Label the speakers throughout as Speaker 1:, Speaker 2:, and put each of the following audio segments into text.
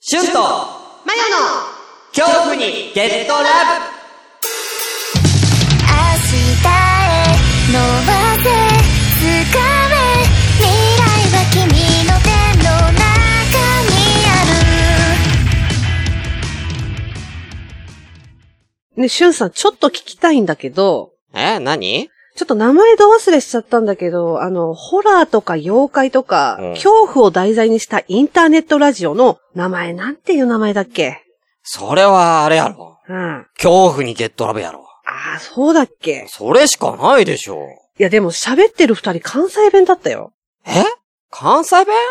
Speaker 1: シュンと
Speaker 2: マヨの
Speaker 1: 恐怖にゲットラブ
Speaker 3: 明日へ伸ばせ掴め未来は君の手の中にある
Speaker 2: ね、しゅんさん、ちょっと聞きたいんだけど、
Speaker 1: え何
Speaker 2: ちょっと名前ど忘れしちゃったんだけど、あの、ホラーとか妖怪とか、
Speaker 1: うん
Speaker 2: 恐怖を題材にしたインターネットラジオの名前なんていう名前だっけ
Speaker 1: それはあれやろ。
Speaker 2: うん。あ
Speaker 1: 恐怖にゲットラブやろ。
Speaker 2: あ、そうだっけ
Speaker 1: それしかないでしょ。
Speaker 2: いや、でも喋ってる二人関西弁だったよ。
Speaker 1: え関西弁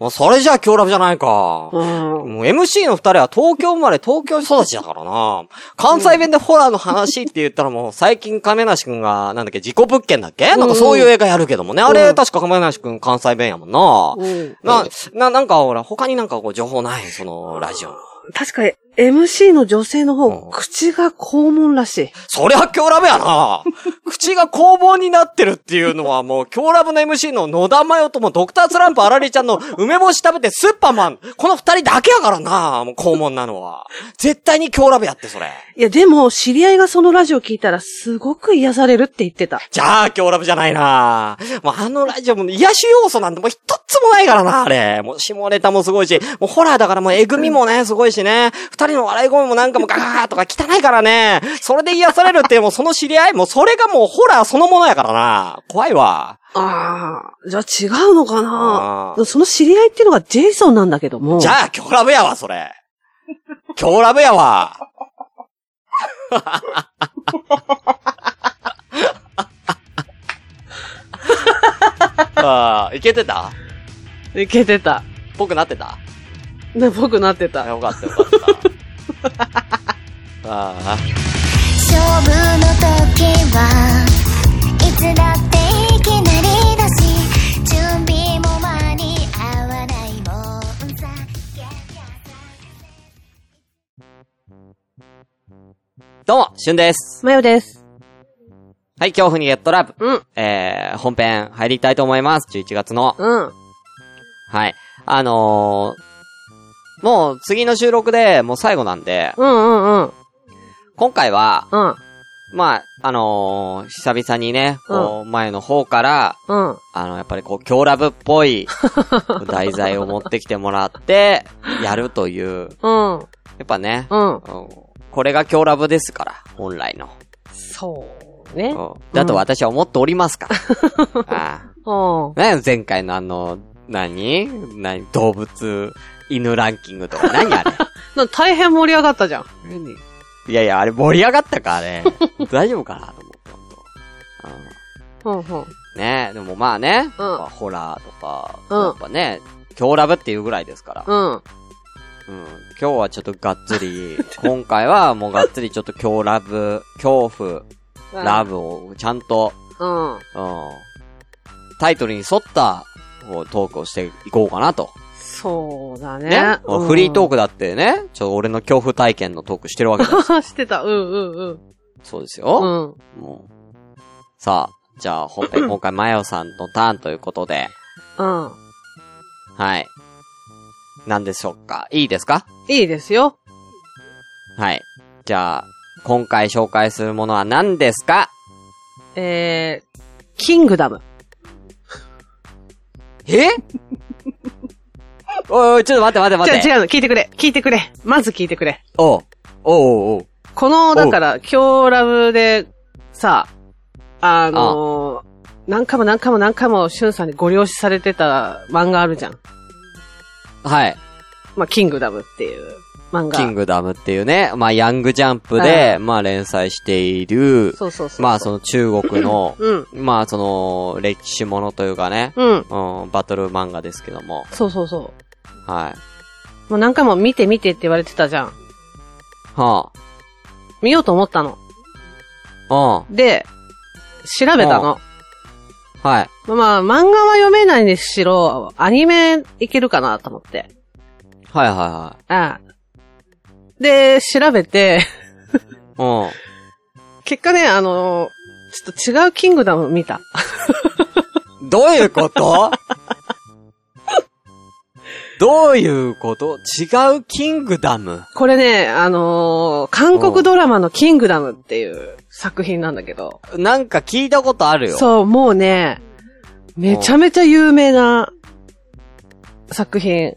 Speaker 1: もうそれじゃあ京ラブじゃないか。
Speaker 2: うん。
Speaker 1: もう MC の二人は東京生まれ東京育ちだからな。関西弁でホラーの話って言ったらもう最近亀梨くんが、なんだっけ、事故物件だっけなんかそういう映画やるけどもね。あれ確か亀梨くん関西弁やもんな。
Speaker 2: うん、
Speaker 1: な、な、なんかほら、他になんかこう情報ないその、ラジオの。
Speaker 2: 確かに、MC の女性の方、
Speaker 1: うん
Speaker 2: 口が肛門らしい。
Speaker 1: そりゃ京ラブやな口が工房になってるっていうのはもう京ラブの MC の野田真代ともドクタースランプ荒りちゃんの梅干し食べてスーパーマン、この二人だけやからなもう肛門なのは。絶対に京ラブやってそれ。
Speaker 2: いや、でも、知り合いがそのラジオ聞いたら、すごく癒されるって言ってた。
Speaker 1: じゃあ、今日ラブじゃないなもうあのラジオも癒し要素なんてもう一つもないからな、あれ。もう下ネタもすごいし、もうホラーだからもうえぐみもね、すごいしね。二人の笑い声もなんかもうガガガとか汚いからね。それで癒されるってもうその知り合い、もうそれがもうホラーそのものやからな。怖いわ。
Speaker 2: ああ、じゃあ違うのか
Speaker 1: あ
Speaker 2: なその知り合いっていうのがジェイソンなんだけども。
Speaker 1: じゃあ、今日ラブやわ、それ。今日ラブやわ。 ああ、いけてた
Speaker 2: いけてた。
Speaker 1: ぽくなってた
Speaker 2: ね、僕なって
Speaker 1: あ
Speaker 2: た。
Speaker 1: よかったよかった。あ あ。
Speaker 3: 勝負の時はいつだっていきなりだし準備も間に合わないもんさ
Speaker 1: どうも、しゅんです。
Speaker 2: マヨです。
Speaker 1: はい、恐怖にゲットラブ。
Speaker 2: うん、
Speaker 1: えー、本編入りたいと思います。11月の。
Speaker 2: うん。
Speaker 1: はい。あのー、もう次の収録でもう最後なんで、
Speaker 2: うんうんうん。
Speaker 1: 今回は、
Speaker 2: うん、
Speaker 1: まあ、あのー、久々にね、こう、前の方から、
Speaker 2: うん。
Speaker 1: あの、やっぱりこう、強ラブっぽ い題材を持ってきてもらって、やるという。
Speaker 2: うん、
Speaker 1: やっぱね、
Speaker 2: う
Speaker 1: う
Speaker 2: ん。
Speaker 1: んこれが強ラブですから、本来の。
Speaker 2: そうね。
Speaker 1: うんだと私は思っておりますから。ああ
Speaker 2: うん。
Speaker 1: ね前回のあの、何何動物、犬ランキングとか何あれ
Speaker 2: な大変盛り上がったじゃん。
Speaker 1: いやいや、あれ盛り上がったか、あれ。大丈夫かなと思った本当うん
Speaker 2: うんうん。
Speaker 1: ねでもまあね、
Speaker 2: うん
Speaker 1: やっぱホラーとか、
Speaker 2: うん
Speaker 1: やっぱね、今日ラブっていうぐらいですから。
Speaker 2: うん。
Speaker 1: うん。今日はちょっとがっつり、 今回はもうがっつりちょっと今日ラブ、恐怖、ラ
Speaker 2: ブ。
Speaker 1: ブをちゃんと
Speaker 2: うん。
Speaker 1: うんタイトルに沿ったこうトークをしていこうかなと。
Speaker 2: そうだね。
Speaker 1: ね。
Speaker 2: うん
Speaker 1: フリートークだってね、ちょ、俺の恐怖体験のトークしてるわけだ。
Speaker 2: してた。うんうんうん。
Speaker 1: そうです
Speaker 2: う
Speaker 1: よ。
Speaker 2: ん。
Speaker 1: もうさあ、じゃあ本編今回マヨさんのターンということで、
Speaker 2: うん。
Speaker 1: はい。なんでしょうかいいですか
Speaker 2: いいですよ。
Speaker 1: はい。じゃあ、今回紹介するものは何ですか
Speaker 2: えー、キングダム。
Speaker 1: えおいおい、ちょっと待って待って待
Speaker 2: じゃあ
Speaker 1: って。
Speaker 2: 違うの。聞いてくれ。聞いてくれ。まず聞いてくれ。
Speaker 1: おうおうおう
Speaker 2: この、だから、今日ラブで、さ、あのー何回も何回も何回も、しゅんさんにご了承されてた漫画あるじゃん。
Speaker 1: はい。
Speaker 2: まあ、キングダムっていう漫画。
Speaker 1: キン
Speaker 2: グ。
Speaker 1: グダムっていうね、まあ、ヤングジャンプで、
Speaker 2: う
Speaker 1: まあ、連載している、
Speaker 2: そうそうそう。、
Speaker 1: まあ、その中国の
Speaker 2: うん。
Speaker 1: まあ、その、歴史ものというかね、
Speaker 2: うん。
Speaker 1: うん、バトル漫画ですけども、
Speaker 2: そうそうそう。
Speaker 1: はい。
Speaker 2: もう何回も見て見てって言われてたじゃん。
Speaker 1: は
Speaker 2: 見ようと思ったの。
Speaker 1: あ、
Speaker 2: で、調べたの。
Speaker 1: うん、はい。
Speaker 2: まあ、漫画は読めないにしろ、アニメいけるかなと思って。
Speaker 1: はいは
Speaker 2: ああ。で、調べて、
Speaker 1: いはい。
Speaker 2: 結果ね、あのーちょっと違うキングダム見た。
Speaker 1: うん。どういうことどどういうこと違うキングダム。
Speaker 2: これね、あのー韓国ドラマのキングダムっていう作品なんだけど、
Speaker 1: なんか聞いたことあるよ。
Speaker 2: そう、もうね、めちゃめちゃ有名な作品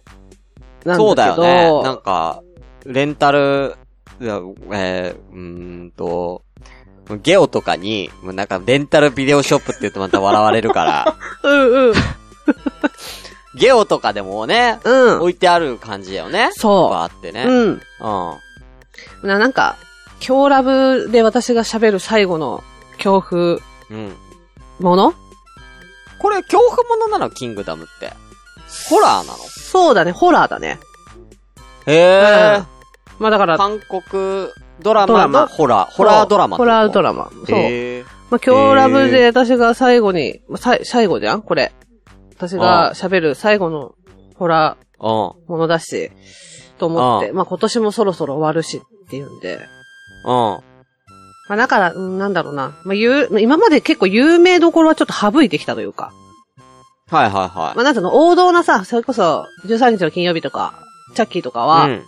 Speaker 2: なんだけど、
Speaker 1: そうだよね。なんか、レンタル、いやえー、うーんと、ゲオとかに、もうなんかレンタルビデオショップって言うとまた笑われる から、
Speaker 2: うんうん。
Speaker 1: ゲオとかでもね、
Speaker 2: うん。
Speaker 1: 置いてある感じだよね。
Speaker 2: そう
Speaker 1: バーってね。うん。
Speaker 2: うん。ななんか、今日ラブで私が喋る最後の恐怖
Speaker 1: うん。
Speaker 2: もの
Speaker 1: これ、恐怖ものなのキングダムって。ホラーなの
Speaker 2: そうだね、ホラーだね。
Speaker 1: へ
Speaker 2: まあだか
Speaker 1: え。
Speaker 2: ら、
Speaker 1: 韓国ドラ
Speaker 2: ド
Speaker 1: マ
Speaker 2: ラ
Speaker 1: の
Speaker 2: マ
Speaker 1: ホラー、ホラードラマって
Speaker 2: ホ
Speaker 1: こと。
Speaker 2: ラードラマ。そう。
Speaker 1: へー
Speaker 2: まあ今日ラブで私が最後に、まあさい最後じゃんこれ。私が喋る最後のホラ
Speaker 1: う
Speaker 2: ーものだし、と思って、
Speaker 1: う
Speaker 2: まあ今年もそろそろ終わるしっていうんで。
Speaker 1: ん。うん。
Speaker 2: まあだから、うんなんだろうな。まあ有今まで結構有名どころはちょっと省いてきたというか。
Speaker 1: はいはいは
Speaker 2: まあ、なんつうの、王道なさ、それこそ、13日の金曜日とか、チャッキーとかは、
Speaker 1: い。うん。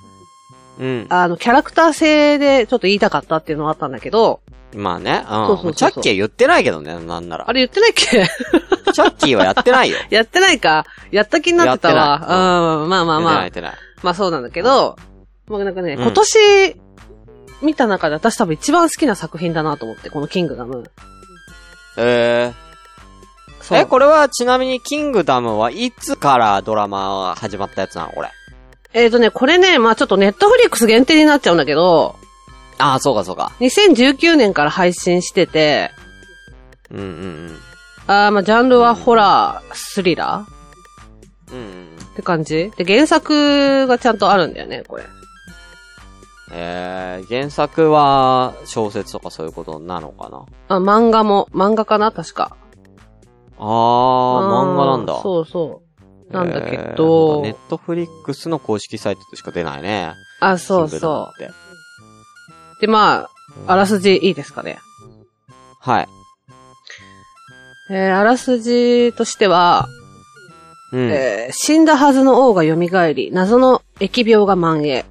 Speaker 1: うん。
Speaker 2: あの、キャラクター性でちょっと言いたかったっていうのはあったんだけど、
Speaker 1: まあね。うん。
Speaker 2: そうそうそう
Speaker 1: チャッキー言ってないけどね、なんなら
Speaker 2: あ。れ言ってないっけ
Speaker 1: チャッキーはやってないよ。
Speaker 2: やってないか。やった気になってた
Speaker 1: やってな
Speaker 2: わ。うん、 まあまあま
Speaker 1: や
Speaker 2: あ
Speaker 1: っ。てないやって
Speaker 2: まあそうなんだけど、まあなんかね、
Speaker 1: うん
Speaker 2: 今年、見た中で私多分一番好きな作品だなと思って、このキングダム。
Speaker 1: ない。え
Speaker 2: そ
Speaker 1: ー、
Speaker 2: う
Speaker 1: え、これはちなみにキングダムはいつからドラマが始まったやつなのこれ。
Speaker 2: えっ、とね、これね、まあちょっとネットフリックス限定になっちゃうんだけど、
Speaker 1: ああ、そうかそうか。
Speaker 2: 2019年から配信してて、
Speaker 1: うんうん
Speaker 2: あーまあジャンルはホラー、スリラー
Speaker 1: うん。うんうん。
Speaker 2: って感じで、原作がちゃんとあるんだよね、これ。
Speaker 1: えー、原作は小説とかそういうことなのかな
Speaker 2: あ、漫画も、漫画かな確か。
Speaker 1: あー、漫画なん
Speaker 2: あー
Speaker 1: だ。
Speaker 2: そうそう。なんだけ
Speaker 1: えー
Speaker 2: ど、
Speaker 1: ネットフリックスの公式サイトでしか出ないね。
Speaker 2: あ、そうそ
Speaker 1: キングダムって。
Speaker 2: う。で、まあ、あらすじいいですかね。
Speaker 1: はい。
Speaker 2: えーあらすじとしては、
Speaker 1: うん。
Speaker 2: えー死んだはずの王が蘇り、謎の疫病が蔓延。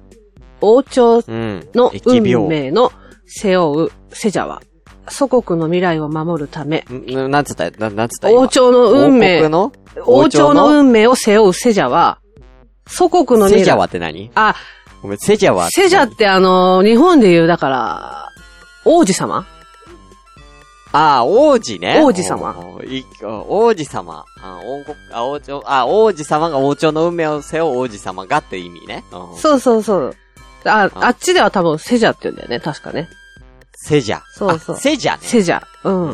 Speaker 2: 王朝
Speaker 1: うん。
Speaker 2: の運
Speaker 1: 疫病。
Speaker 2: 命の背負うセジャは、祖国の未来を守るため、
Speaker 1: んんなんつったななんつった今
Speaker 2: 王朝の運
Speaker 1: 王
Speaker 2: 命
Speaker 1: 国、の
Speaker 2: 王朝の運命を背負うセジャは、祖国の
Speaker 1: セ
Speaker 2: 未
Speaker 1: ジャ
Speaker 2: 来
Speaker 1: ワって何
Speaker 2: あ、
Speaker 1: ごめん、セジャワって
Speaker 2: セ
Speaker 1: 何。
Speaker 2: ジャってあの、日本で言う、だから、王子様
Speaker 1: あー、王子ね。
Speaker 2: 王子様
Speaker 1: おー。いあ王子様。あ、王国、あ、王朝、あ、王子様が王朝の運命を背負う王子様がって意味ね。うん
Speaker 2: そうそうそう。あ、
Speaker 1: あ
Speaker 2: あっちでは多分セジャって言うんだよね、確かね。
Speaker 1: セジャ。
Speaker 2: そうそう
Speaker 1: あセジャね。
Speaker 2: セジャ。うん。
Speaker 1: うんうん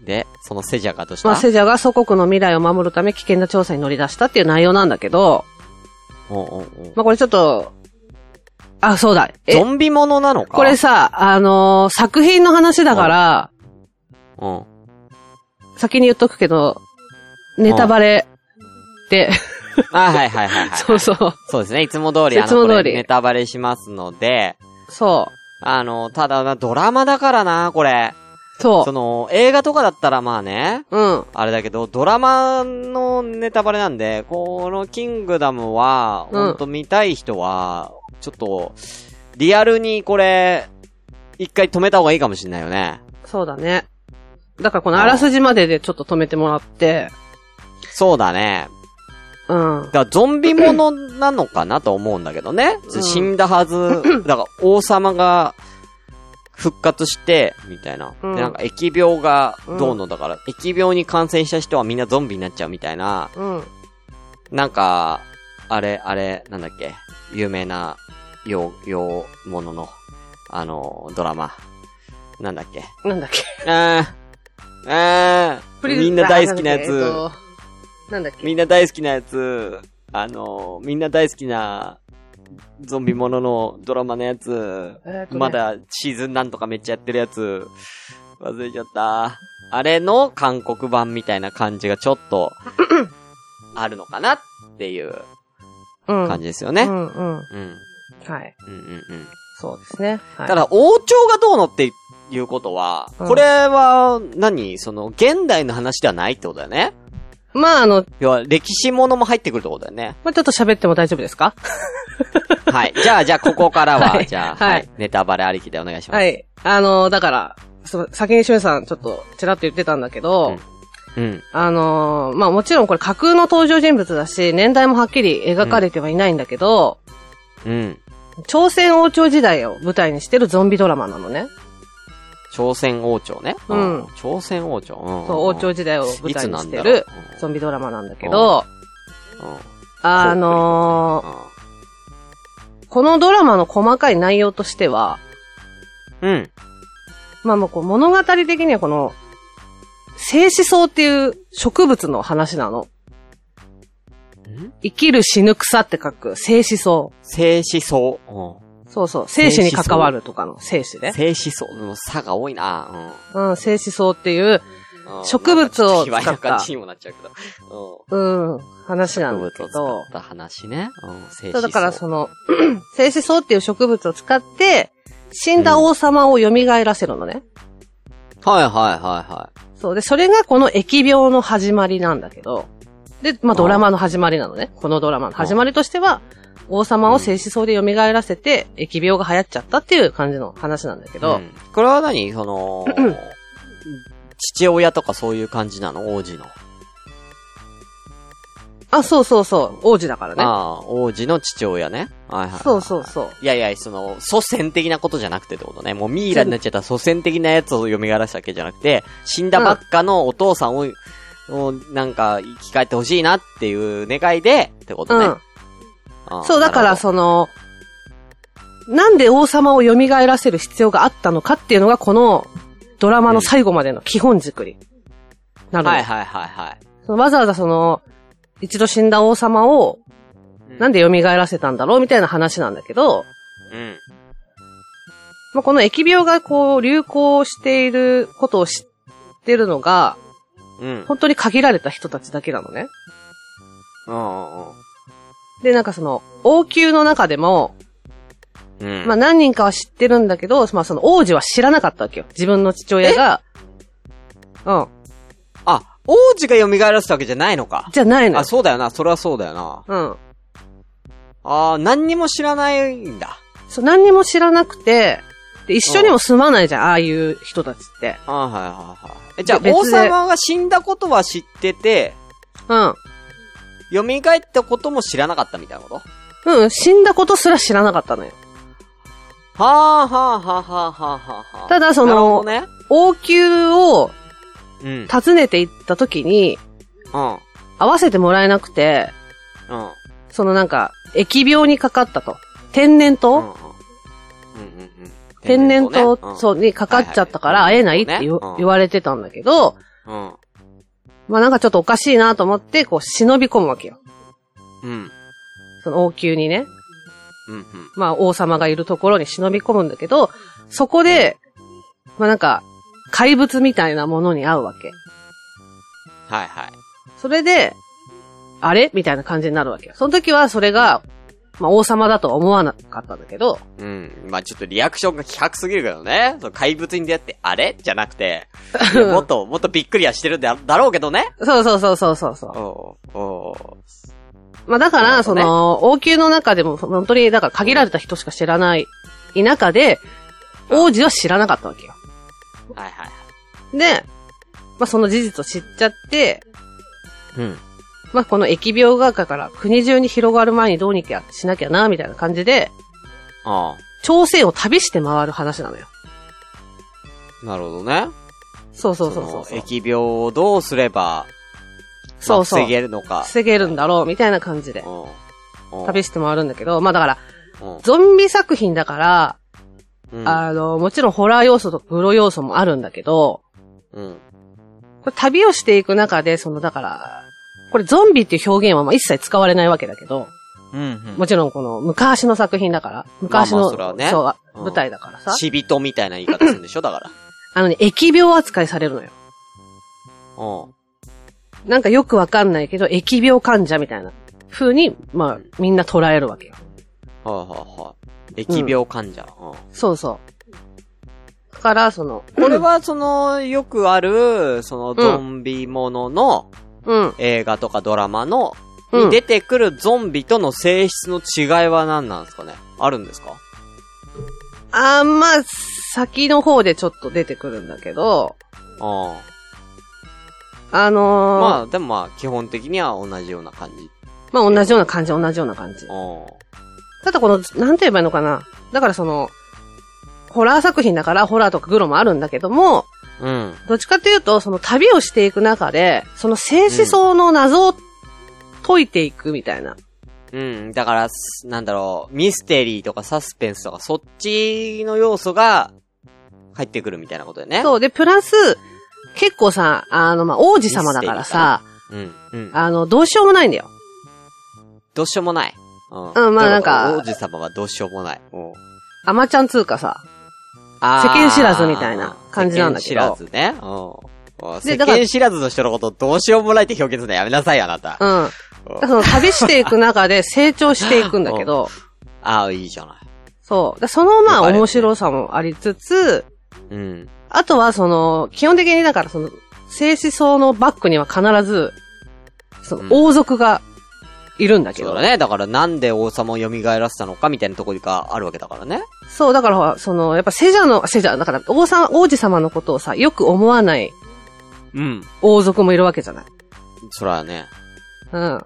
Speaker 1: うん。で、そのセジャがどうした
Speaker 2: まあ、セジャが祖国の未来を守るため危険な調査に乗り出したっていう内容なんだけど、
Speaker 1: おうおうおう
Speaker 2: まあ、これちょっと、あ、そうだ。え
Speaker 1: ゾ、ンビものなのか
Speaker 2: これさ、あのー作品の話だから、
Speaker 1: うん。
Speaker 2: 先に言っとくけど、ネタバレで、
Speaker 1: あ、はいはいはい、はい。
Speaker 2: そうそう。
Speaker 1: そうですね。いつも通り、あ
Speaker 2: いつも
Speaker 1: の、
Speaker 2: 通り
Speaker 1: これネタバレしますので、
Speaker 2: そ
Speaker 1: あの、ただな、ドラマだからな、これ。
Speaker 2: う。そ
Speaker 1: その、映画とかだったらまあね、
Speaker 2: う。うん。
Speaker 1: あれだけど、ドラマのネタバレなんで、このキングダムは、
Speaker 2: うん
Speaker 1: ほんと見たい人は、ちょっと、リアルにこれ、一回止めた方がいいかもしんないよね。
Speaker 2: そうだね。だからこのあらすじまででちょっと止めてもらって、
Speaker 1: そうだね。
Speaker 2: うん。
Speaker 1: だからゾンビものなのかなと思うんだけどね。
Speaker 2: うん
Speaker 1: 死んだは ず、だから王様が復活して、みたいな。
Speaker 2: うん
Speaker 1: で、なんか疫病がどうのだから、疫病に感染した人はみんなゾンビになっちゃうみたいな。
Speaker 2: うん。
Speaker 1: なんか、あれ、あれ、なんだっけ。有名な、洋、洋ものの、あの、ドラマ。なんだっけ。
Speaker 2: なんだっけ。
Speaker 1: あー、あー、 みんな大好きなやつ。
Speaker 2: あなんだっけ。えっと
Speaker 1: みんな大好きなやつ、あの、みんな大好きな、ゾンビもののドラマのやつ、
Speaker 2: なんだっけ。
Speaker 1: まだシーズンなんとかめっちゃやってるやつ、忘れちゃった。あれの韓国版みたいな感じがちょっ と、あるのかなっていう
Speaker 2: うん、
Speaker 1: 感じですよ
Speaker 2: う
Speaker 1: ね。
Speaker 2: んうん。は
Speaker 1: うん。うん
Speaker 2: い。
Speaker 1: うんうん。
Speaker 2: そうですね。はい、
Speaker 1: ただ、王朝がどうのっていうことは、
Speaker 2: うん
Speaker 1: これは何、その、現代の話ではないってことだよね。
Speaker 2: まあ、あの、
Speaker 1: 要は、歴史ものも入ってくるってことだよ ね。
Speaker 2: まあ、ちょっと喋っても大丈夫ですか
Speaker 1: はい。じゃあ、じゃあ、ここからは、
Speaker 2: はい
Speaker 1: じゃあ、
Speaker 2: はい
Speaker 1: はい。ネタバレありきでお願いします。
Speaker 2: は。い。あの、だから、そ先にしゅんさんちょっとちらっと言ってたんだけど、
Speaker 1: うんうん。
Speaker 2: あのーまあもちろんこれ架空の登場人物だし、年代もはっきり描かれてはいないんだけど、
Speaker 1: うん。
Speaker 2: 朝鮮王朝時代を舞台にしてるゾンビドラマなのね。
Speaker 1: 朝鮮王朝ね。
Speaker 2: うん
Speaker 1: 朝鮮王朝。うん
Speaker 2: そう、王朝時代を舞台にしてるゾンビドラマなんだけど、
Speaker 1: うんうん
Speaker 2: あのーこのドラマの細かい内容としては、
Speaker 1: うん。
Speaker 2: まあもうこう物語的にはこの、生死草っていう植物の話なの。
Speaker 1: うん
Speaker 2: 生きる死ぬ草って書く、生死草。
Speaker 1: 静止層。う
Speaker 2: そうそう、生死に関わるとかの生死
Speaker 1: ん。
Speaker 2: ね。
Speaker 1: 静止層。うん差が多いな。
Speaker 2: うん、生死草っていう、
Speaker 1: うんうん。
Speaker 2: 植物を使った
Speaker 1: なんかちょと卑猥な感じにもなっちゃうけど。
Speaker 2: うん、話
Speaker 1: う。
Speaker 2: なんん
Speaker 1: 植
Speaker 2: だ
Speaker 1: 物
Speaker 2: け
Speaker 1: を
Speaker 2: ど
Speaker 1: 使っ。た話ね。うん。静止
Speaker 2: そ
Speaker 1: 層。
Speaker 2: うだからその、 生死草っていう植物を使って、死んだ王様を蘇らせるのね。
Speaker 1: はいはいはいは
Speaker 2: そう。で、それがこの疫病の始まりなんだけど、で、まあドラマの始まりなのね。このドラマの始まりとしては、王様を生死草で蘇らせて、疫病が流行っちゃったっていう感じの話なんだけ
Speaker 1: い。
Speaker 2: ど、
Speaker 1: うんこれは何そ の、父親とかそういう感じなの王子の。
Speaker 2: あ、そうそうそう、王子だからね。
Speaker 1: ああ、王子の父親ね。はいはいはい。
Speaker 2: そうそうそう。
Speaker 1: いやいや、その、祖先的なことじゃなくてってことね。もうミイラになっちゃった祖先的なやつを蘇らせたわけじゃなくて、死んだばっかのお父さんを、をなんか、生き返ってほしいなっていう願いで、ってことね。あ
Speaker 2: うん。
Speaker 1: ー
Speaker 2: そう、だから、その、なんで王様を蘇らせる必要があったのかっていうのが、このドラマの最後までの基本作り。
Speaker 1: なるほど
Speaker 2: なので、
Speaker 1: はいはいはいは
Speaker 2: そのわざわざその、一度死んだ王様を、
Speaker 1: い。
Speaker 2: なん
Speaker 1: で
Speaker 2: で蘇らせたんだろうみたいな話なんだけど、
Speaker 1: うん。
Speaker 2: まあ、この疫病がこう、流行していることを知ってるのが、
Speaker 1: うん。
Speaker 2: 本当に限られた人たちだけなのね。
Speaker 1: うん。
Speaker 2: で、なんかその、王宮の中でも、
Speaker 1: うん。
Speaker 2: まあ、何人かは知ってるんだけど、まあその王子は知らなかったわけよ。自分の父親が。うん。
Speaker 1: あ、王子が蘇らせたわけじゃないのか。
Speaker 2: じゃないのよ
Speaker 1: あ、。そうだよな。それはそうだよな。
Speaker 2: うん。
Speaker 1: ああ、何にも知らないんだ。
Speaker 2: そう、何にも知らなくて、で、一緒にも住まないじゃん、ああいう人たちって。
Speaker 1: ああ、はいはいはい。えじゃあ、
Speaker 2: 別で
Speaker 1: 王様が死んだことは知ってて、
Speaker 2: うん。
Speaker 1: 蘇ったことも知らなかったみたいなこと
Speaker 2: うん、死んだことすら知らなかったのよ。
Speaker 1: はあ、はあ、はあ、はあ、はあ、はあ。
Speaker 2: ただそ
Speaker 1: なる
Speaker 2: の
Speaker 1: ほどね。
Speaker 2: 王宮を
Speaker 1: うん。うん。
Speaker 2: 訪ねて行った時に、会わせてもらえなくて、
Speaker 1: うん。
Speaker 2: そのなんか、疫病にかかったと。天然
Speaker 1: うん。う
Speaker 2: 痘、
Speaker 1: ん。うん。
Speaker 2: 天然痘、
Speaker 1: ね
Speaker 2: そう、にかかっちゃったから
Speaker 1: はいは
Speaker 2: 会
Speaker 1: い
Speaker 2: えないって
Speaker 1: う
Speaker 2: 言,、
Speaker 1: ん
Speaker 2: 言われてたんだけど、
Speaker 1: うん。うん。
Speaker 2: まあなんかちょっとおかしいなと思って、こう忍び込むわけよ。
Speaker 1: うん。
Speaker 2: その王宮にね。
Speaker 1: うん。
Speaker 2: まあ王様がいるところに忍び込むんだけど、そこで、まあなんか、怪物みたいなものに会うわけ。
Speaker 1: はいはい。
Speaker 2: それで、あれみたいな感じになるわけよ。その時はそれが、まあ王様だとは思わなかったんだけど、
Speaker 1: うん。まあちょっとリアクションが希薄すぎるけどね。そう怪物に出会って、あれじゃなくて、いやもっと、もっとびっくりはしてるんだだろうけどね。
Speaker 2: そうそうそうそうそうそう。
Speaker 1: おうおう
Speaker 2: まあだか
Speaker 1: なる
Speaker 2: ら、
Speaker 1: ほ
Speaker 2: そ
Speaker 1: どね
Speaker 2: の、王宮の中でも、本当に、だから限られた人しか知らない田舎で、王子は知らなかったわけよ。
Speaker 1: はいはい。
Speaker 2: で、まあ、その事実を知っちゃって、
Speaker 1: うん。
Speaker 2: まあ、この疫病がだから国中に広がる前にどうにかしなきゃな、みたいな感じで、
Speaker 1: あ
Speaker 2: 朝鮮を旅して回る話なのよ。
Speaker 1: あ。なるほどね。
Speaker 2: そうそうそうそう
Speaker 1: その疫病をどうすれば、ま
Speaker 2: そ
Speaker 1: あ
Speaker 2: うそう
Speaker 1: 防げるのか。
Speaker 2: 防げるんだろう、みたいな感じで。
Speaker 1: うん。
Speaker 2: 旅して回るんだけど、まあだから、
Speaker 1: うん
Speaker 2: ゾンビ作品だから、
Speaker 1: うん
Speaker 2: あの、もちろんホラー要素とグロ要素もあるんだけど、
Speaker 1: うん。
Speaker 2: これ旅をしていく中で、そのだから、これゾンビっていう表現はまあ一切使われないわけだけど、
Speaker 1: うん
Speaker 2: もちろんこの昔の作品だから、昔
Speaker 1: まあまあ
Speaker 2: の、
Speaker 1: それはね
Speaker 2: そう
Speaker 1: うん
Speaker 2: 舞台だからさ、
Speaker 1: 死人みたいな言い方するんでしょだから。
Speaker 2: あのね、疫病扱いされるのよ。
Speaker 1: うん。
Speaker 2: なんかよくわかんないけど、疫病患者みたいな風に、まあ、みんな捉えるわけよ。
Speaker 1: はいはいはい。疫病患者。うん
Speaker 2: そうそう。だから、その、
Speaker 1: これは、その、よくある、その、ゾンビものの、
Speaker 2: うん。
Speaker 1: 映画とかドラマの、
Speaker 2: うん
Speaker 1: に出てくるゾンビとの性質の違いは何なんですかねあるんですか
Speaker 2: あんまあ、先の方でちょっと出てくるんだけど、
Speaker 1: あ
Speaker 2: あ
Speaker 1: あ。
Speaker 2: のー
Speaker 1: ま
Speaker 2: ま
Speaker 1: あ、でもまあ、基本的には同じような感じ。
Speaker 2: あ、同じような感じ、同じような感じ
Speaker 1: あ。ー
Speaker 2: ただこの、なんて言えばいいのかな。だからその、ホラー作品だから、ホラーとかグロもあるんだけども、
Speaker 1: うん。
Speaker 2: どっちかっていうと、その旅をしていく中で、その性思想の謎を解いていくみたいな。
Speaker 1: うん。だから、すなんだろう、ミステリーとかサスペンスとか、そっちの要素が入ってくるみたいなことだよね。う。
Speaker 2: そう。で、プラス、結構さ、あの、まあ、王子様だからさ、
Speaker 1: うん。うん。
Speaker 2: あの、どうしようもないんだよ。
Speaker 1: どうしようもない。うん
Speaker 2: うんまあなん
Speaker 1: ど
Speaker 2: か
Speaker 1: ういうこと王子様はどうしようもない。うん
Speaker 2: アマちゃんつうかさ、
Speaker 1: あー
Speaker 2: 世間知らずみたいな感じなんだけど
Speaker 1: 世間知らずね。うん。世
Speaker 2: でだから
Speaker 1: 間知らずの人のことをどうしようもないって表現するのやめなさいよ、あなた。
Speaker 2: うん。だからその旅していく中で成長していくんだけど、
Speaker 1: ああ、いいじゃない。
Speaker 2: そう。だからそのまあ
Speaker 1: よかれ
Speaker 2: 面白さもありつつ、
Speaker 1: うん。
Speaker 2: あとはその、基本的にだからその、静止層のバックには必ず、そ
Speaker 1: うん
Speaker 2: の王族がいるんだけ
Speaker 1: そう
Speaker 2: ど。
Speaker 1: だね。だからなんで王様を蘇らせたのかみたいなところがあるわけだからね。
Speaker 2: そう、だからほら、その、やっぱセジャの、セジャ、だから王様、王子様のことをさ、よく思わない
Speaker 1: うん。
Speaker 2: 王族もいるわけじゃない。
Speaker 1: そらね。
Speaker 2: うん。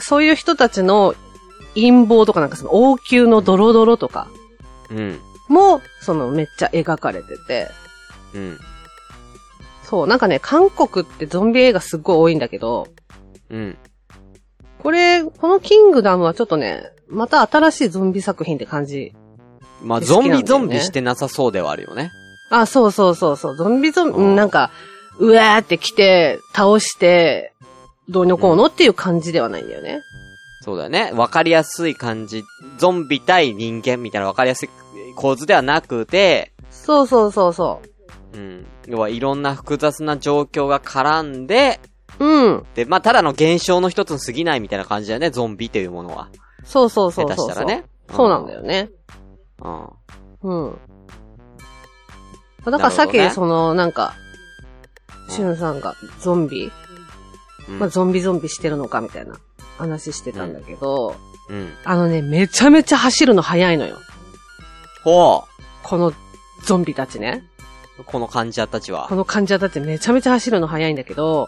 Speaker 2: そういう人たちの陰謀とかなんかその王宮のドロドロとか
Speaker 1: うん。
Speaker 2: も、そのめっちゃ描かれてて。
Speaker 1: うん。
Speaker 2: そう、なんかね、韓国ってゾンビ映画すっごい多いんだけど、
Speaker 1: うん。
Speaker 2: これ、このキングダムはちょっとね、また新しいゾンビ作品って感じ。
Speaker 1: まあ、
Speaker 2: 好き
Speaker 1: ゾン
Speaker 2: なんだよ
Speaker 1: ビ
Speaker 2: ね
Speaker 1: ゾンビしてなさそうではあるよね。
Speaker 2: あ、そうそうそうそう、ゾンビゾンビ、
Speaker 1: うん
Speaker 2: うんなんか、うわーって来て、倒して、どうのこうのっていう感じではないんだよね。
Speaker 1: そうだよね。わかりやすい感じ。ゾンビ対人間みたいなわかりやすい構図ではなくて、
Speaker 2: そうそうそうそ
Speaker 1: うん。要はいろんな複雑な状況が絡んで、
Speaker 2: う。うん。
Speaker 1: で、まあ、ただの現象の一つに過ぎないみたいな感じだよね、ゾンビというものは。
Speaker 2: そうそうそ
Speaker 1: 下手
Speaker 2: うそうそう。
Speaker 1: したらね。
Speaker 2: そうなんだよね。
Speaker 1: うん。うん。
Speaker 2: うん。だからさっき、
Speaker 1: なるほどね
Speaker 2: その、なんか、
Speaker 1: うん
Speaker 2: しゅんさんがゾンビ、
Speaker 1: うん
Speaker 2: まあ、ゾンビゾンビしてるのかみたいな話してたんだけど、
Speaker 1: うん。
Speaker 2: あのね、めちゃめちゃ走るの速いのよ。
Speaker 1: ほ
Speaker 2: このゾンビたちね。
Speaker 1: う。この患者たちは
Speaker 2: こ。の患者たちめちゃめちゃ走るの速いんだけど、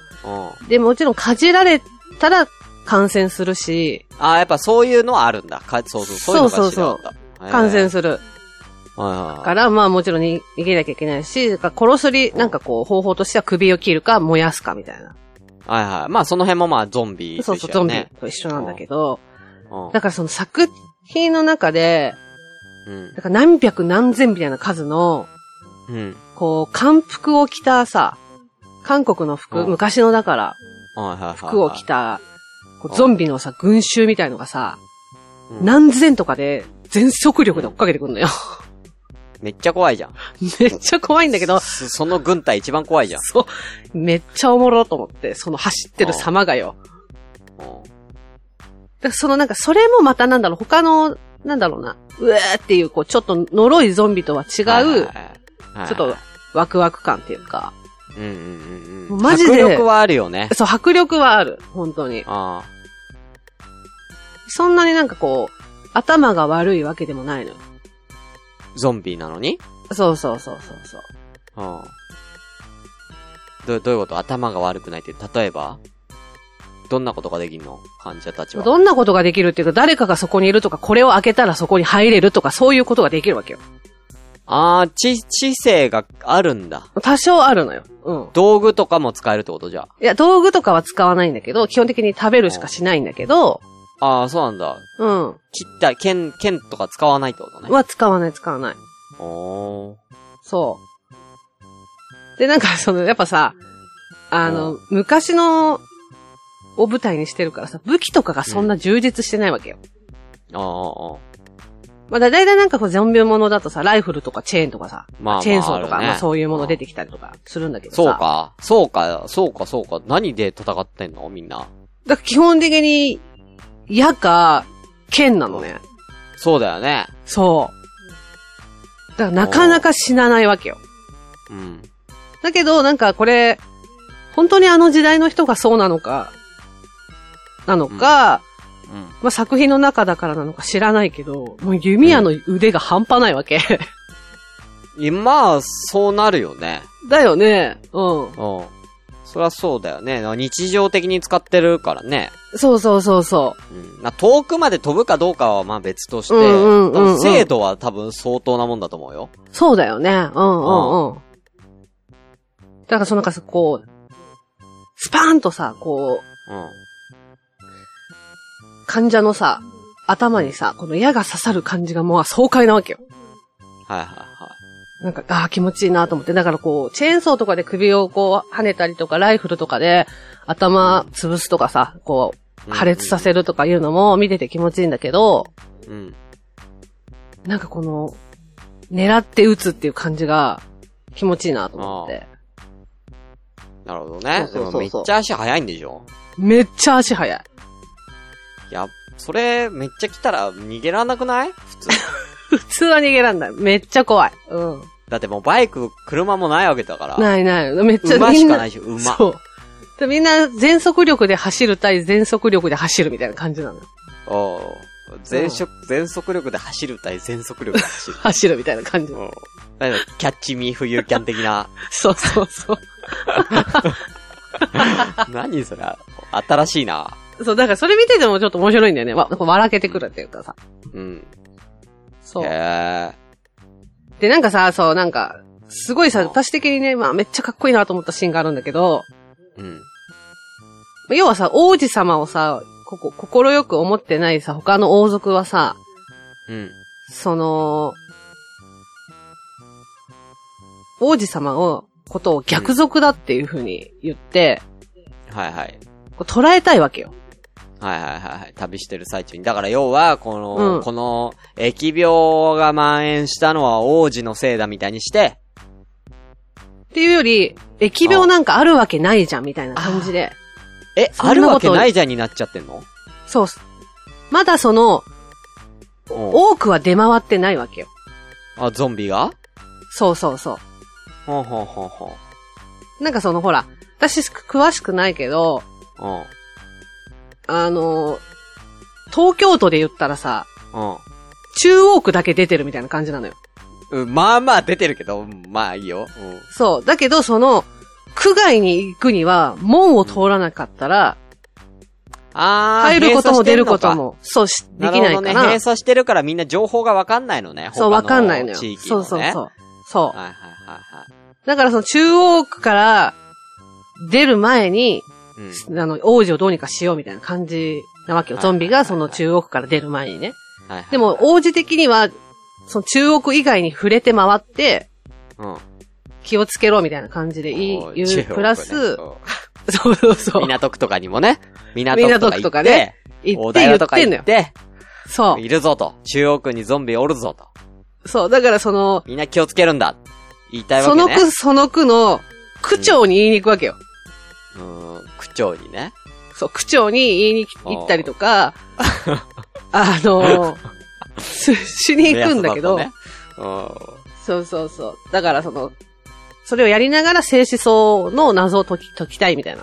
Speaker 1: うん。
Speaker 2: で、もちろんかじられたら感染するし、
Speaker 1: ああ、やっぱそういうのはあるんだ。かそうそう、そういうのが知らなかった。へー
Speaker 2: 感染する。
Speaker 1: はい
Speaker 2: か
Speaker 1: はい。
Speaker 2: ら、まあもちろんに逃げなきゃいけないし、だから殺すり、なんかこう方法としては首を切るか燃やすかみたいな。
Speaker 1: はいはい。まあ、その辺もまあ、ゾンビと
Speaker 2: そう
Speaker 1: 一緒
Speaker 2: そう、
Speaker 1: だ
Speaker 2: ゾ
Speaker 1: よ
Speaker 2: ンビ
Speaker 1: ね。
Speaker 2: と一緒なんだけど、
Speaker 1: うん
Speaker 2: だからその作品の中で、
Speaker 1: うん。
Speaker 2: だから何百何千みたいな数の、
Speaker 1: うん。
Speaker 2: こう、韓服を着たさ、韓国の服、
Speaker 1: うん
Speaker 2: 昔のだから、
Speaker 1: はいはいはいはい。
Speaker 2: 服を着た、こ
Speaker 1: う
Speaker 2: うんゾンビのさ、群衆みたいのがさ、
Speaker 1: うん
Speaker 2: 何千とかで全速力で追っかけてく んのよ。
Speaker 1: めっちゃ怖いじゃん。
Speaker 2: めっちゃ怖いんだけど、
Speaker 1: そその軍隊一番怖いじゃん。
Speaker 2: そう、めっちゃおもろと思って、その走ってる様がよ。
Speaker 1: うん
Speaker 2: だからそのなんか、それもまたなんだろう、他の、なんだろうな、うわーっていう、こう、ちょっと呪いゾンビとは違
Speaker 1: はいはいは
Speaker 2: う、
Speaker 1: いはい
Speaker 2: ちょっと、ワクワク感っていうか、
Speaker 1: うんうんうんうん。
Speaker 2: マジで
Speaker 1: 迫力はあるよね。
Speaker 2: そう、迫力はある、本当に。
Speaker 1: あ
Speaker 2: そんなになんかこう、頭が悪いわけでもないのよ。
Speaker 1: あ、ゾンビなのに
Speaker 2: そうそうそうそうそう。
Speaker 1: うん。ど、どういうこと頭が悪くないって、例えばどんなことができんの患者たちは。
Speaker 2: どんなことができるっていうか、誰かがそこにいるとか、これを開けたらそこに入れるとか、そういうことができるわけよ。
Speaker 1: あー、知、知性があるんだ。
Speaker 2: 多少あるのよ。うん。
Speaker 1: 道具とかも使えるってことじゃ
Speaker 2: いや、道具とかは使わないんだけど、基本的に食べるしかしないんだけど、
Speaker 1: あ。あー、そうなんだ。
Speaker 2: うん。
Speaker 1: 切った、剣、剣とか使わないってことね。
Speaker 2: は使わない、使わない。
Speaker 1: おー。
Speaker 2: そう。で、なんか、その、やっぱさ、あの、昔の、を舞台にしてるからさ、武器とかがそんな充実してないわけよ。
Speaker 1: あーあー、あー
Speaker 2: まあ、だいたいなんかこう、ゾンビものだとさ、ライフルとかチェーンとかさ、
Speaker 1: まあまあ
Speaker 2: チェーンソーとか、
Speaker 1: あるね
Speaker 2: まあそういうもの出てきたりとかするんだけどさ。
Speaker 1: そうか。そうか、そうか、そうか。何で戦ってんのみんな。
Speaker 2: だから基本的に、矢か、剣なのね。
Speaker 1: そうだよね。
Speaker 2: そう。だからなかなか死なないわけよ。
Speaker 1: うん。
Speaker 2: だけど、なんかこれ、本当にあの時代の人がそうなのか、なのか、
Speaker 4: うん。
Speaker 2: まあ、作品の中だからなのか知らないけど、もう弓矢の腕が半端ないわけ。
Speaker 1: 今、そうなるよね。
Speaker 2: だよね。うん。
Speaker 1: うん。そりゃそうだよね。日常的に使ってるからね。
Speaker 2: そうそうそうそ
Speaker 1: うん、な遠くまで飛ぶかどうかはまあ別として、
Speaker 2: うんうんうんうん
Speaker 1: 精度は多分相当なもんだと思うよ。
Speaker 2: う。そうだよね。うんうんうん。だからそのなんかこう、スパーンとさ、こう、
Speaker 1: うん。
Speaker 2: 患者のさ、頭にさ、この矢が刺さる感じがもう爽快なわけよ。
Speaker 1: はいはいはい。
Speaker 2: なんか、ああ、気持ちいいなと思って。だからこう、チェーンソーとかで首をこう、跳ねたりとか、ライフルとかで頭潰すとかさ、こう、破裂させるとかいうのも見てて気持ちいいんだけど、
Speaker 1: うん。
Speaker 2: なんかこの、狙って撃つっていう感じが気持ちいいなと思って。
Speaker 1: なるほどね。
Speaker 2: そ
Speaker 1: で
Speaker 2: うそうそうそう
Speaker 1: もめっちゃ足速いんでしょ
Speaker 2: めっちゃ足速い。
Speaker 1: いや、それ、めっちゃ来たら逃げらんなくない普通。
Speaker 2: 普通は逃げらんない。めっちゃ怖い。うん。
Speaker 1: だってもうバイク、車もないわけだから。
Speaker 2: ないない。めっちゃ
Speaker 1: 馬
Speaker 2: み
Speaker 1: し
Speaker 2: ん
Speaker 1: か
Speaker 2: な
Speaker 1: ないし、馬。
Speaker 2: そう。でみんな全速力で走る対全速力で走るみたいな感じなの。。
Speaker 1: おう全速、全速力で走る対全速力で走る
Speaker 2: 走るみたいな感じ。
Speaker 1: うん。なんかキャッチミー冬キャン的な。
Speaker 2: そうそうそう。
Speaker 1: 何それ新しいな。
Speaker 2: そう、だからそれ見ててもちょっと面白いんだよね。わ、こう笑けてくるっていうかさ。
Speaker 1: うん。
Speaker 2: そう。
Speaker 1: へ
Speaker 2: で、なんかさ、そう、なんか、すごいさ、私的にね、まあめっちゃかっこいいなと思ったシーンがあるんだけど、
Speaker 1: え。うん。
Speaker 2: 要はさ、王子様をさ、ここ、心よく思ってないさ、他の王族はさ、
Speaker 1: うん。
Speaker 2: その、王子様を、ことを逆族だっていう風に言って、
Speaker 1: はいはい。
Speaker 2: こう捉えたいわけよ。
Speaker 1: はいはいはいはい。旅してる最中に。だから要は、この、
Speaker 2: うん
Speaker 1: この、疫病が蔓延したのは王子のせいだみたいにして、
Speaker 2: っていうより、疫病なんかあるわけないじゃん、みたいな感じで。
Speaker 1: え、
Speaker 2: そんなこと
Speaker 1: あるわけないじゃんになっちゃってんの
Speaker 2: そうっす。まだその、
Speaker 1: お
Speaker 2: 多くは出回ってないわけよ。
Speaker 1: あ、ゾンビが
Speaker 2: そうそうそ
Speaker 1: ほんほんほんほん
Speaker 2: う。なんかそのほら、私く詳しくないけど、。
Speaker 1: うん。うん。
Speaker 2: あの、東京都で言ったらさ、中央区だけ出てるみたいな感じなのよ。
Speaker 1: うんまあまあ出てるけど、まあいいよ。うん
Speaker 2: そう。だけど、その、区外に行くには、門を通らなかったら、
Speaker 1: あー
Speaker 2: 入ることも出ること。
Speaker 1: 閉鎖してんのか
Speaker 2: も、
Speaker 1: な
Speaker 2: そうし、でき
Speaker 1: る
Speaker 2: ない
Speaker 1: ほど
Speaker 2: か
Speaker 1: ね。
Speaker 2: ら、
Speaker 1: 閉鎖してるからみんな情報がわかんないのね。
Speaker 2: そう、わかんないのよ。
Speaker 1: 地域。
Speaker 2: そうそうそうう。そ
Speaker 1: はいはいはいは
Speaker 2: う。だから、その中央区から、出る前に、
Speaker 1: い。うん。
Speaker 2: あの、王子をどうにかしようみたいな感じなわけよ。
Speaker 1: はいは
Speaker 2: ゾ
Speaker 1: いはい
Speaker 2: ンビがその中央区から出る前にね。
Speaker 1: はいはい
Speaker 2: で、も、王子的には、その中国以外に触れて回って、
Speaker 1: うん。
Speaker 2: 気をつけろみたいな感じでい
Speaker 1: おー
Speaker 2: い
Speaker 1: 中
Speaker 2: 言う、
Speaker 1: 国
Speaker 2: プラ
Speaker 1: ね
Speaker 2: ス、そうそうそう
Speaker 1: うん、港区とかにもね、港区と
Speaker 2: 港区と
Speaker 1: か行
Speaker 2: か
Speaker 1: って
Speaker 2: ね、
Speaker 1: 大
Speaker 2: 言って
Speaker 1: 台
Speaker 2: 言
Speaker 1: 場
Speaker 2: っ
Speaker 1: とか
Speaker 2: てんの
Speaker 1: 行っ
Speaker 2: よ。
Speaker 1: て、
Speaker 2: そ
Speaker 1: いるぞと、中央区にゾンビおるぞと、
Speaker 2: う。そう。だからその、
Speaker 1: みんな気をつけるんだ、言いたいわ
Speaker 2: そ
Speaker 1: けね。
Speaker 2: の区その区の、区長に言いに行くわけよ。
Speaker 1: うん、区長にね。
Speaker 2: そう、区長に言いに
Speaker 1: あー
Speaker 2: 行ったりとか、あ の、ししに行くんだけど、
Speaker 1: 目安箱ね
Speaker 2: そうそうそう。だからその、それをやりながら静止層の謎を解き、解きたいみたいな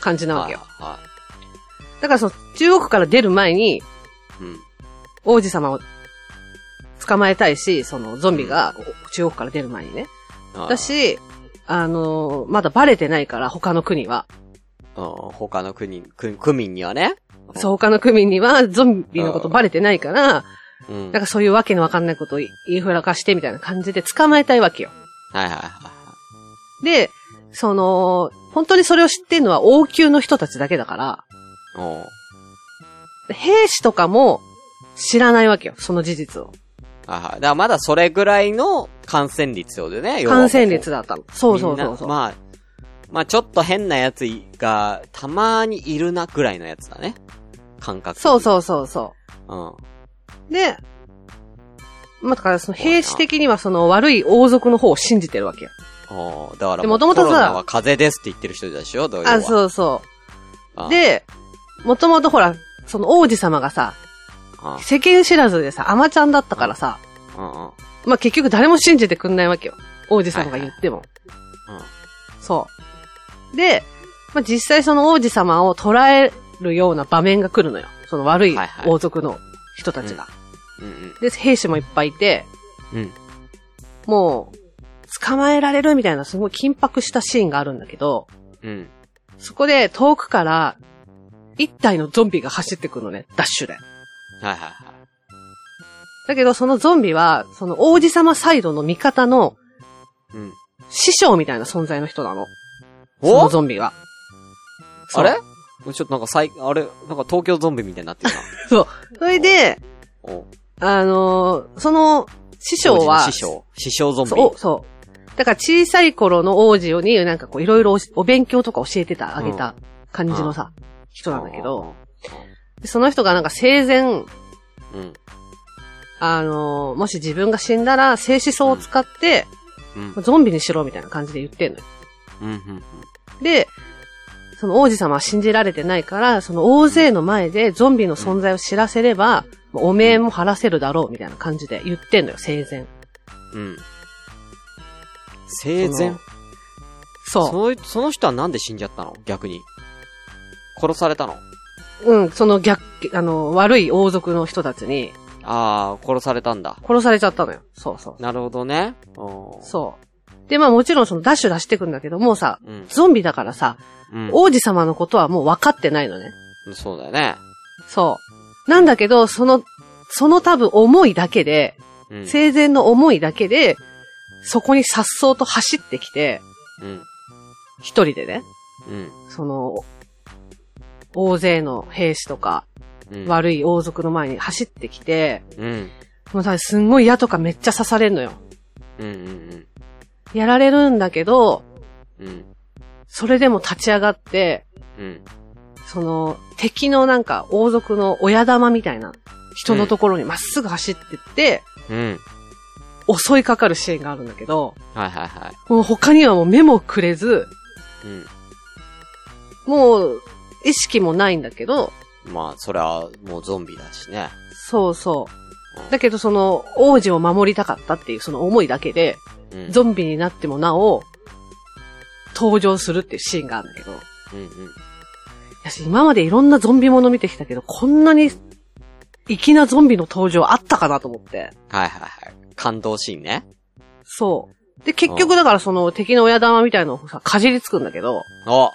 Speaker 2: 感じ
Speaker 1: うん。
Speaker 2: なわけよ。
Speaker 1: は
Speaker 2: だからその、中国から出る前に、
Speaker 1: い。うん。
Speaker 2: 王子様を捕まえたいし、その、ゾンビがお中国から出る前にね。
Speaker 1: うん
Speaker 2: だ、し、あのーまだバレてないから、他の国は。
Speaker 1: うん、他の国、区区民にはね。
Speaker 2: そう、他の国にはゾンビのことバレてないから、
Speaker 1: うん。
Speaker 2: なんかそういうわけのわかんないことを言いふらかしてみたいな感じで捕まえたいわけよ。
Speaker 1: はいはいは
Speaker 2: で、その、本当にそれを知ってるのは王宮の人たちだけだから、
Speaker 1: い。おう
Speaker 2: 兵士とかも知らないわけよ、その事実を。
Speaker 1: はいはい。だからまだそれぐらいの感染率をでね、要は
Speaker 2: 感染率だったの。そうそうそう
Speaker 1: みんな
Speaker 2: そう。
Speaker 1: まあ、まあちょっと変なやつが、たまにいるなぐらいのやつだね。感覚。。
Speaker 2: そうそうそうそう
Speaker 1: うん。
Speaker 2: う。で、まあ、だからその兵士的にはその悪い王族の方を信じてるわけよ。
Speaker 1: おーだから
Speaker 2: で
Speaker 1: もう
Speaker 2: 元々さ
Speaker 1: コロナは風邪ですって言ってる人でしょどういう
Speaker 2: あ、
Speaker 1: う。
Speaker 2: そうそ
Speaker 1: あ
Speaker 2: う。、で、もともとほら、その王子様がさ、
Speaker 1: あ
Speaker 2: 世間知らずでさ、アマちゃんだったからさ、
Speaker 1: うんうん。
Speaker 2: まあ、結局誰も信じてくんないわけよ。王子様が言っても。
Speaker 1: うん
Speaker 2: そう。で、まあ、実際その王子様を捕らえるような場面が来るのよ。その悪い
Speaker 1: はいはい
Speaker 2: 王族の人たちが。
Speaker 1: うん
Speaker 2: で、兵士もいっぱいいて、
Speaker 1: うん。うん。
Speaker 2: もう、捕まえられるみたいなすごい緊迫したシーンがあるんだけど、
Speaker 1: うん。
Speaker 2: そこで遠くから、一体のゾンビが走ってくるのね、ダッシュで。
Speaker 1: はいはいはい。
Speaker 2: だけど、そのゾンビは、その王子様サイドの味方の
Speaker 1: うん。
Speaker 2: 師匠みたいな存在の人なの。その
Speaker 1: お
Speaker 2: ゾンビは。
Speaker 1: あれ
Speaker 2: そう
Speaker 1: ちょっとなんか最、あれなんか東京ゾンビみたいにな ってるな。
Speaker 2: それで、
Speaker 1: お
Speaker 2: あのーその師匠
Speaker 1: 当時の
Speaker 2: は、
Speaker 1: 師匠。師匠ゾンビ。
Speaker 2: そう、そう。だから小さい頃の王子になんかこういろいろお勉強とか教えてた、あげた感じのさ、人なんだけど、でその人がなんか生前、
Speaker 1: うん。
Speaker 2: あのーもし自分が死んだら静止層を使って、
Speaker 1: うん。
Speaker 2: ゾンビにしろみたいな感じで言ってんのよ。
Speaker 1: うん。うん。
Speaker 2: で、その王子様は信じられてないから、その大勢の前でゾンビの存在を知らせれば、まあおめえも晴らせるだろうみたいな感じで言ってんのよ、生前。
Speaker 1: うん。生前
Speaker 2: そ
Speaker 1: その、その人はなんで死んじゃったの逆に。殺されたの
Speaker 2: う。うん、その逆、あの、悪い王族の人たちに
Speaker 1: ああ、殺されたんだ。
Speaker 2: 殺されちゃったのよ。そうそう。
Speaker 1: なるほどね。おー
Speaker 2: そう。で、まあもちろんそのダッシュ出してくんだけど、もうさ、
Speaker 1: うん。
Speaker 2: ゾンビだからさ、
Speaker 1: うん。
Speaker 2: 王子様のことはもう分かってないのね。
Speaker 1: そうだよね。
Speaker 2: そう。なんだけど、その、その多分思いだけで、
Speaker 1: うん。
Speaker 2: 生前の思いだけで、そこに颯爽と走ってきて、
Speaker 1: うん。
Speaker 2: 一人でね、
Speaker 1: うん。
Speaker 2: その、大勢の兵士とか、
Speaker 1: うん。
Speaker 2: 悪い王族の前に走ってきて、
Speaker 1: うん。
Speaker 2: もうさ、すんごい矢とかめっちゃ刺されんのよ。
Speaker 1: うん。うん。
Speaker 2: やられるんだけど、
Speaker 1: うん。
Speaker 2: それでも立ち上がって、
Speaker 1: うん。
Speaker 2: その、敵のなんか王族の親玉みたいな人のところにまっすぐ走ってって、
Speaker 1: うん。
Speaker 2: 襲いかかるシーンがあるんだけど、
Speaker 1: はいはいはい。
Speaker 2: もう他にはもう目もくれず、
Speaker 1: う
Speaker 2: もう意識もないんだけど、
Speaker 1: ん。まあ、それはもうゾンビだしね。
Speaker 2: そうそう。だけどその王子を守りたかったっていうその思いだけで、
Speaker 1: うん。
Speaker 2: ゾンビになってもなお、登場するっていうシーンがあるんだけど、
Speaker 1: うんうん。
Speaker 2: 私今までいろんなゾンビもの見てきたけど、こんなに粋なゾンビの登場あったかなと思って。
Speaker 1: はいはいはい。感動シーンね。
Speaker 2: そう。で、結局だからその敵の親玉みたいのをさ、かじりつくんだけど、
Speaker 1: おやっ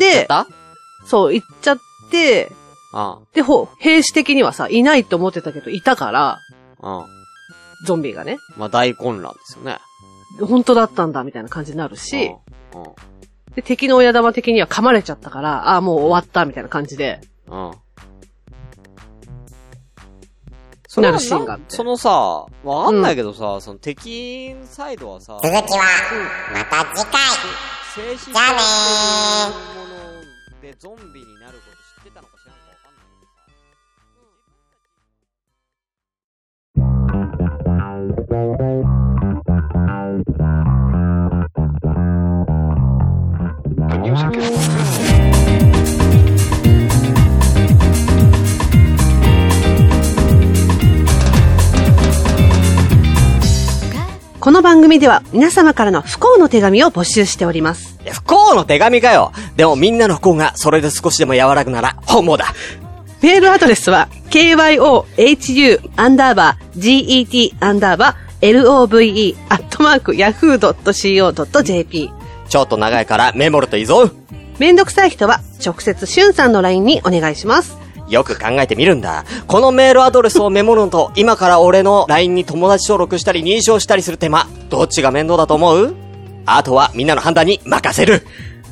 Speaker 2: で、
Speaker 1: た
Speaker 2: そう、行っちゃって、
Speaker 1: うん。
Speaker 2: で、ほ、兵士的にはさ、いないと思ってたけど、いたから、
Speaker 1: うん。
Speaker 2: ゾンビがね、
Speaker 1: まあ、大混乱ですよね。
Speaker 2: 本当だったんだ、みたいな感じになるし、
Speaker 1: うん。うん
Speaker 2: で、敵の親玉的には噛まれちゃったから、ああ、もう終わった、みたいな感じで、
Speaker 1: うん。そ
Speaker 2: なるシーンがあって
Speaker 1: そのさ、わかんないけどさ、その敵サイドはさ、
Speaker 4: 続きは、また次回
Speaker 1: 静止
Speaker 4: じゃあね
Speaker 1: ものでゾンビになること知ってたのか知らんかわかんないけどさ。
Speaker 2: この番組では皆様からの不幸の手紙を募集しております。
Speaker 1: いや不幸の手紙かよでもみんなの不幸がそれで少しでも和らぐなら本望だ
Speaker 2: メールアドレスは、kyohu アンダーバー get アンダーバー love アットマーク yahoo.co.jp
Speaker 1: ちょっと長いからメモるといいぞ
Speaker 2: めんどくさい人は直接しゅんさんの LINE にお願いします。
Speaker 1: よく考えてみるんだ。このメールアドレスをメモるのと、今から俺の LINE に友達登録したり認証したりする手間、どっちが面倒だと思うあとはみんなの判断に任せる。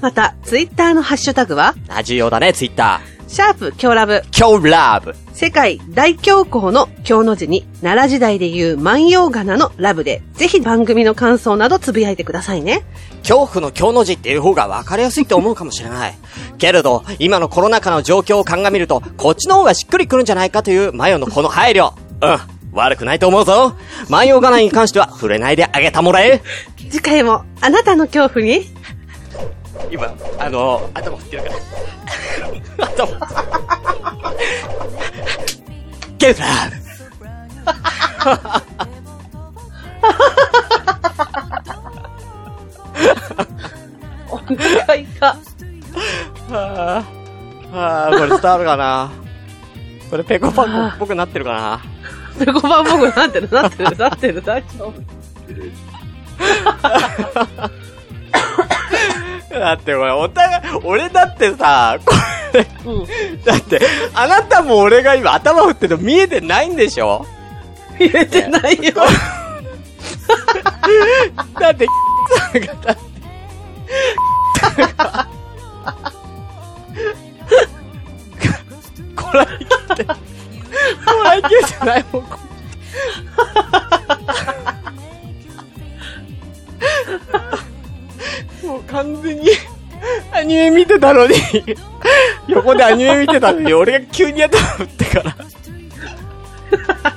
Speaker 2: また、ツイッターのハッシュタグは、
Speaker 1: あ、重要だね、ツイッタ
Speaker 2: シャープ強ラブ、
Speaker 1: ー。今日ラブ。
Speaker 2: 世界大恐慌の強の字に、奈良時代で言う万葉仮名のラブで、ぜひ番組の感想などつぶやいてくださいね。
Speaker 1: 恐怖の今日の字っていう方が分かりやすいって思うかもしれない。けれど、今のコロナ禍の状況を鑑みると、こっちの方がしっくりくるんじゃないかというマヨのこの配慮。うん、悪くないと思うぞ。万葉仮名に関しては触れないであげたもらえ。
Speaker 2: 次回も、あなたの恐怖に、
Speaker 1: 今、あの、頭振ってるから。 頭振ってる。ゲルラ
Speaker 2: お願いが。
Speaker 1: 伝わるかな これペコパンっぽくなってるかな
Speaker 2: ペコパン僕なってる、なってる、なってる、大丈夫。
Speaker 1: だってこれ、お互い、俺だってさ、これ、
Speaker 2: うん。
Speaker 1: だって、あなたも俺が今頭振ってるの見えてないんでしょ
Speaker 2: 入れてないよ。
Speaker 1: だって、さんが、だって、こらえきって、こらえきれてないもん、こもう完全に、アニメ見てたのに、横でアニメ見てたのに、俺が急に頭打ってから。